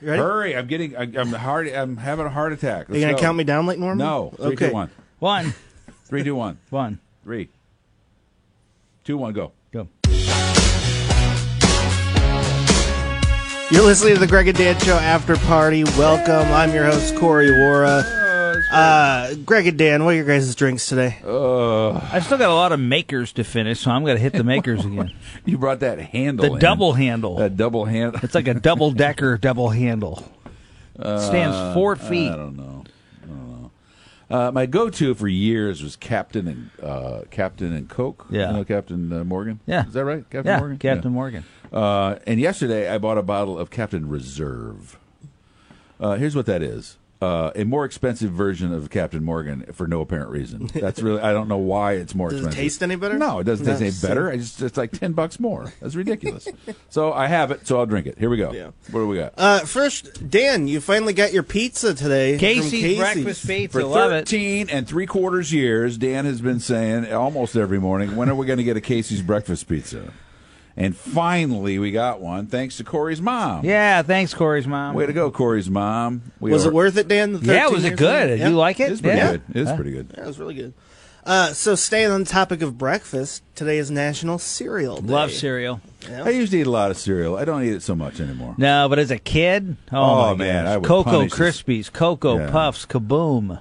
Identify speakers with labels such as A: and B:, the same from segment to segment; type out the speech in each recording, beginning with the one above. A: You ready?
B: Hurry! I'm getting. I, I'm hard. I'm having a heart attack.
A: you
B: Let's
A: gonna
B: go.
A: count me down like normal?
B: No. Three, two,
A: okay.
B: one.
C: One,
B: Three, two, one.
C: one,
B: Three, two, one. Go.
C: go.
A: You're listening to the Greg and Dan Show After Party. Welcome. I'm your host Corey Wara. Uh, Greg and Dan, what are your guys' drinks today?
B: Oh.
C: I still got a lot of makers to finish, so I'm going to hit the makers again.
B: You brought that handle.
C: The
B: in.
C: double handle.
B: That double handle.
C: It's like a double decker double handle. It stands four feet.
B: Uh, I don't know. I don't know. Uh, my go-to for years was Captain and uh, Captain and Coke.
C: Yeah.
B: You know Captain uh, Morgan.
C: Yeah.
B: Is that right? Captain
C: yeah,
B: Morgan.
C: Captain
B: Yeah.
C: Morgan.
B: Uh, and yesterday I bought a bottle of Captain Reserve. Uh, here's what that is. Uh, a more expensive version of Captain Morgan for no apparent reason. That's really I don't know why it's more
A: Does it
B: expensive.
A: taste any better?
B: No, it doesn't taste
A: No,
B: any
A: see?
B: better. I just it's like ten bucks more. That's ridiculous. so I have it, so I'll drink it. Here we go.
A: Yeah.
B: What do we got?
A: Uh, first, Dan, you finally got your pizza today. from
C: Casey's,
A: Casey's.
C: breakfast pizza.
B: For
C: love it.
B: 13 and three quarters years, Dan has been saying almost every morning, when are we going to get a Casey's breakfast pizza? And finally, we got one thanks to Corey's mom.
C: Yeah, thanks, Corey's mom.
B: Way to go, Corey's mom. We
A: Was
B: are-
A: it worth it, Dan? the
C: yeah,
A: 13
C: was it
A: years
C: good?
A: ago?
C: Did
A: Yeah.
C: you like it?
B: It is pretty
C: yeah.
B: good. It is pretty good.
A: Yeah, it was really good. Uh, so staying on the topic of breakfast, today is National Cereal Day.
C: Love cereal.
B: I used to eat a lot of cereal. I don't eat it so much anymore.
C: No, but as a kid, oh,
B: Oh,
C: my
B: man,
C: gosh.
B: I would
C: Cocoa
B: punish this.
C: Krispies, Cocoa
B: Yeah.
C: Puffs, Kaboom.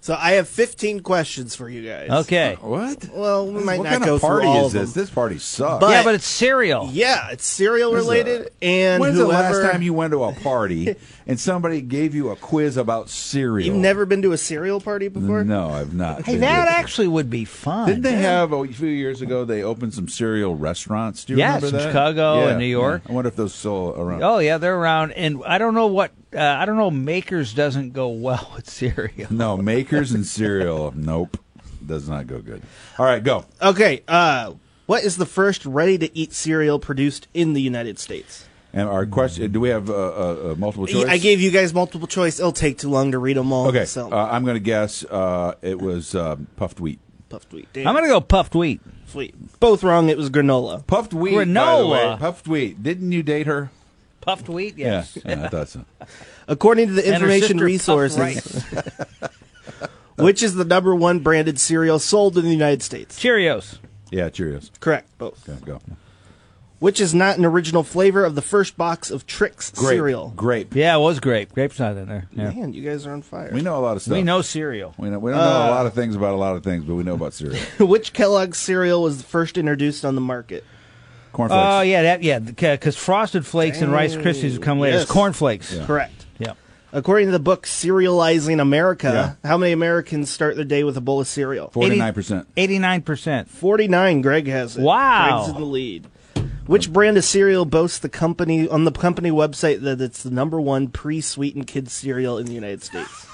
A: So I have 15 questions for you guys.
C: Okay,
B: What?
A: Well, we might
B: what
A: not
B: kind
A: go
B: of
A: through
B: party is
A: all of
B: this?
A: them.
B: This party sucks.
A: But-
C: yeah, but it's cereal.
A: Yeah, it's cereal related, and
B: When's
A: whoever
B: the last time you went to a party and somebody gave you a quiz about cereal?
A: have never been to a cereal party before?
B: No, I've not.
C: Hey,
B: been
C: that
B: to-
C: actually would be fun.
B: Didn't they have oh, a few years ago? They opened some cereal restaurants. Do you
C: Yes,
B: remember
C: in
B: that?
C: Chicago and New York.
B: I wonder if those still around.
C: Oh yeah, they're around, and I don't know what uh, I don't know. Makers doesn't go well with cereal.
B: No, Makers and cereal. Nope, does not go good. All right, go.
A: Okay, uh, what is the first ready-to-eat cereal produced in the United States?
B: And our question: Do we have uh, uh, uh, multiple choice?
A: I gave you guys multiple choice. It'll take too long to read them all.
B: Okay,
A: so
B: uh, I'm going to guess uh, it was um, puffed wheat.
A: puffed wheat.
C: I'm gonna go puffed wheat.
A: Sweet. Both wrong. It was granola.
B: Puffed wheat. by the
C: Granola.
B: way. Puffed wheat. Didn't you date her?
C: Puffed wheat,
B: Yeah,
C: yes.
B: yeah, I thought so.
A: According to the
C: And her
A: information
C: sister,
A: resources,
C: Puff Rice.
A: which is the number one branded cereal sold in the United States?
C: Cheerios.
B: Yeah, Cheerios.
A: Correct. Both.
B: Okay, go.
A: Which is not an original flavor of the first box of Trix
B: Grape.
A: cereal.
B: Grape.
C: Yeah, it was grape. Grape's not in there. Yeah.
A: Man, you guys are on fire.
B: We know uh, a lot of stuff.
C: We know cereal.
B: We, know, we don't know a lot of things about a lot of things, but we know about cereal.
A: Which Kellogg's cereal was first introduced on the market?
B: Cornflakes.
C: Oh yeah, that yeah, because Frosted Flakes and Rice Krispies would come later.
A: Yes.
C: It's Corn Flakes. Yeah.
A: Correct. According to the book Serializing America, how many Americans start their day with a bowl of cereal?
B: 49%.
C: Eighty-nine percent.
A: 49, Greg has it.
C: Wow.
A: Greg's in the lead. Which brand of cereal boasts the company on the company website that it's the number one pre-sweetened kids cereal in the United States?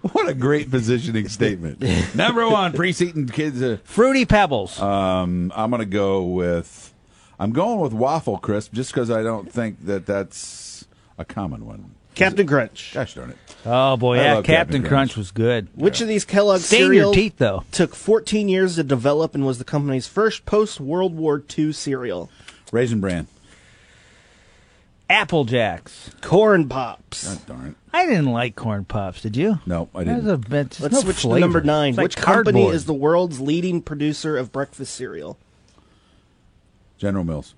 B: What a great positioning statement. Number one, pre-seating kids. Uh,
C: Fruity Pebbles.
B: um, I'm going to go with. I'm going with waffle crisp just because I don't think that that's a common one.
A: Captain Crunch.
B: Gosh darn it!
C: oh boy,
B: I
C: yeah,
B: love
C: Captain,
B: Captain
C: Crunch.
B: Crunch.
C: was good.
A: Which of these Kellogg
C: Stain
A: cereal
C: your teeth though.
A: took 14 years to develop and was the company's first post-World War II cereal?
B: Raisin bran.
C: Apple Jacks.
A: Corn Pops.
B: God darn it!
C: I didn't like corn pops. Did you?
B: No, I
C: That was
B: didn't.
C: a bit. there's
A: Let's
C: no
A: switch
C: flavor.
A: to number nine.
C: It's like
A: Which company
C: cardboard.
A: is the world's leading producer of breakfast cereal?
B: General Mills.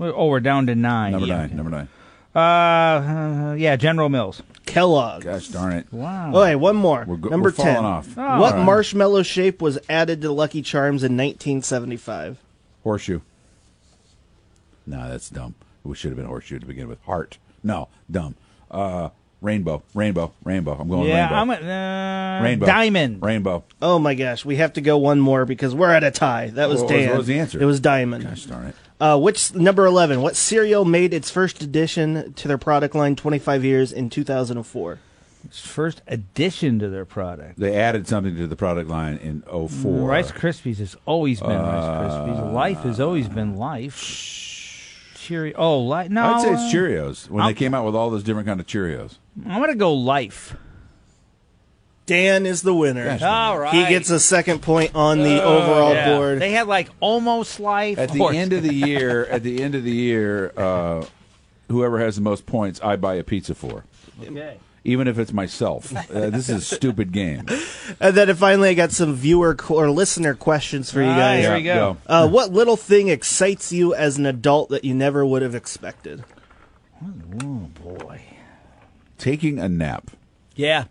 C: Oh, we're down to nine.
B: Number
C: yeah.
B: nine. Number nine.
C: Uh, uh, yeah, General Mills.
A: Kellogg.
B: Gosh darn it!
C: Wow.
A: Okay, Oh, one more.
B: We're go-
A: Number
B: we're falling
A: 10.
B: off.
C: Oh.
A: What
C: All right.
A: marshmallow shape was added to Lucky Charms in 1975?
B: Horseshoe. No, that's dumb. We should have been horseshoe to begin with. Heart. No, dumb. Uh, rainbow. Rainbow. Rainbow. I'm going
C: yeah,
B: rainbow.
C: I'm a, uh,
B: rainbow.
C: Diamond.
B: Rainbow.
A: Oh my gosh, we have to go one more because we're at a tie. That was
B: What was-
A: Dan.
B: what was the answer?
A: It was Diamond.
B: Gosh darn it!
A: Uh, which number 11? What cereal made its first addition to their product line 25 years in 2004?
C: First addition to their product.
B: They added something to the product line in 04.
C: Rice Krispies has always been
B: Uh,
C: Rice Krispies. Life has always been life. Cheerio. Oh, li- no.
B: I'd say it's
C: uh,
B: Cheerios when they came out with all those different kind of Cheerios.
C: I'm gonna go life.
A: Dan is the winner.
B: Gosh.
C: All right. Oh,
A: He gets a second point on the overall
C: Yeah.
A: board.
C: They had like almost life.
B: At the
C: or-
B: end of the year, at the end of the year, uh, whoever has the most points, I buy a pizza for,
C: Okay.
B: even if it's myself. Uh, this is a stupid game.
A: and then Uh, finally, I got some viewer qu- or listener questions for you
C: Ah,
A: guys.
C: here we go.
B: Go.
A: Uh, what little thing excites you as an adult that you never would have expected?
C: Oh boy.
B: Taking a nap.
C: Yeah.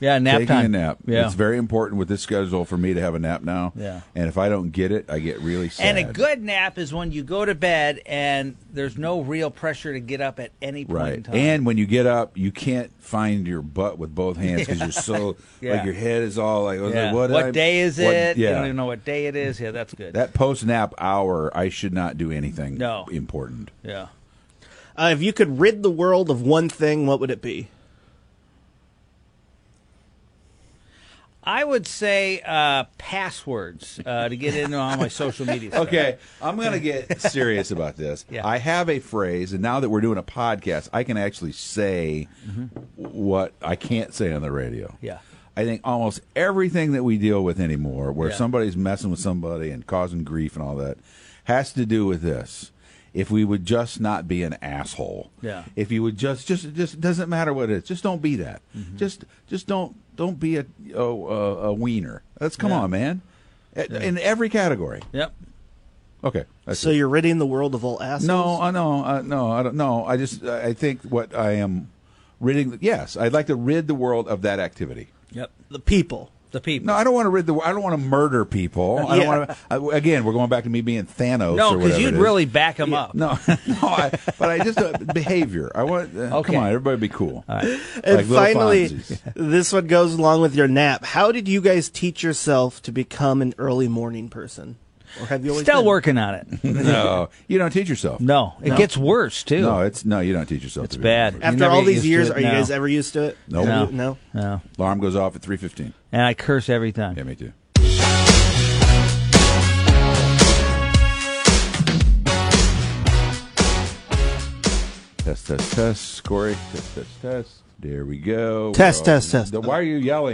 C: Yeah. Nap
B: Taking
C: time.
B: a nap.
C: Yeah.
B: It's very important with this schedule for me to have a nap now.
C: Yeah.
B: And if I don't get it, I get really sad.
C: and a good nap is when you go to bed and there's no real pressure to get up at any point in
B: Right.
C: time.
B: And when you get up, you can't find your butt with both hands because you're so
C: Yeah.
B: like your head is all like, was it-
C: Yeah.
B: what,
C: what,
B: I-
C: day is
B: what-
C: it?
B: Yeah.
C: You don't even know what day it is. Yeah, that's good.
B: That post nap hour, I should not do anything
C: No.
B: important.
C: yeah.
A: Uh, if you could rid the world of one thing, what would it be?
C: I would say uh, passwords uh, to get into all my social media. Stuff.
B: Okay, I'm gonna get serious about this.
C: Yeah.
B: I have a phrase, and now that we're doing a podcast, I can actually say what I can't say on the radio.
C: Mm-hmm. Yeah.
B: I think almost everything that we deal with anymore, where
C: Yeah.
B: somebody's messing with somebody and causing grief and all that, has to do with this. If we would just not be an asshole.
C: Yeah.
B: If you would just just just it doesn't matter what it is. Just don't be that.
C: Mm-hmm.
B: Just just don't don't be a a, a, a wiener. Let's come on, man. In every category.
C: Yep.
B: Okay. That's
A: So you're ridding the world of all assholes?
B: no, I no, uh, no, I don't. No, I just I think what I am ridding. Yes, I'd like to rid the world of that activity.
C: Yep.
A: The people.
C: The people.
B: No, I don't want to rid the. I don't want to murder people. I
A: Yeah.
B: don't want to. I, again, we're going back to me being Thanos.
C: No,
B: or whatever
C: you'd
B: it is.
C: really back them up.
B: No, no. I, but I just uh, behavior. I want. Uh,
C: Okay.
B: Come on, everybody, be cool.
A: And
B: Like little
A: finally,
B: Fonzies.
A: this one goes along with your nap. How did you guys teach yourself to become an early morning person? Or have you always
C: Still
A: been?
C: working on it.
B: no, you don't teach yourself.
C: No, it gets worse too.
B: no, it's no. You don't teach yourself.
C: It's
B: to be
C: bad.
B: a-
C: You
A: After
C: never
A: all
C: get
A: these
C: used to
A: years,
C: it?
A: are you
C: No.
A: guys ever used to it?
B: Nope.
A: Have
C: No.
A: you- No.
C: No.
B: Alarm goes off at three fifteen.
C: And I curse every time.
B: Yeah, me too. Test, test, test. Corey, test, test, test. There we go.
A: Test,
B: We're all-
A: test, test.
B: Why are you yelling?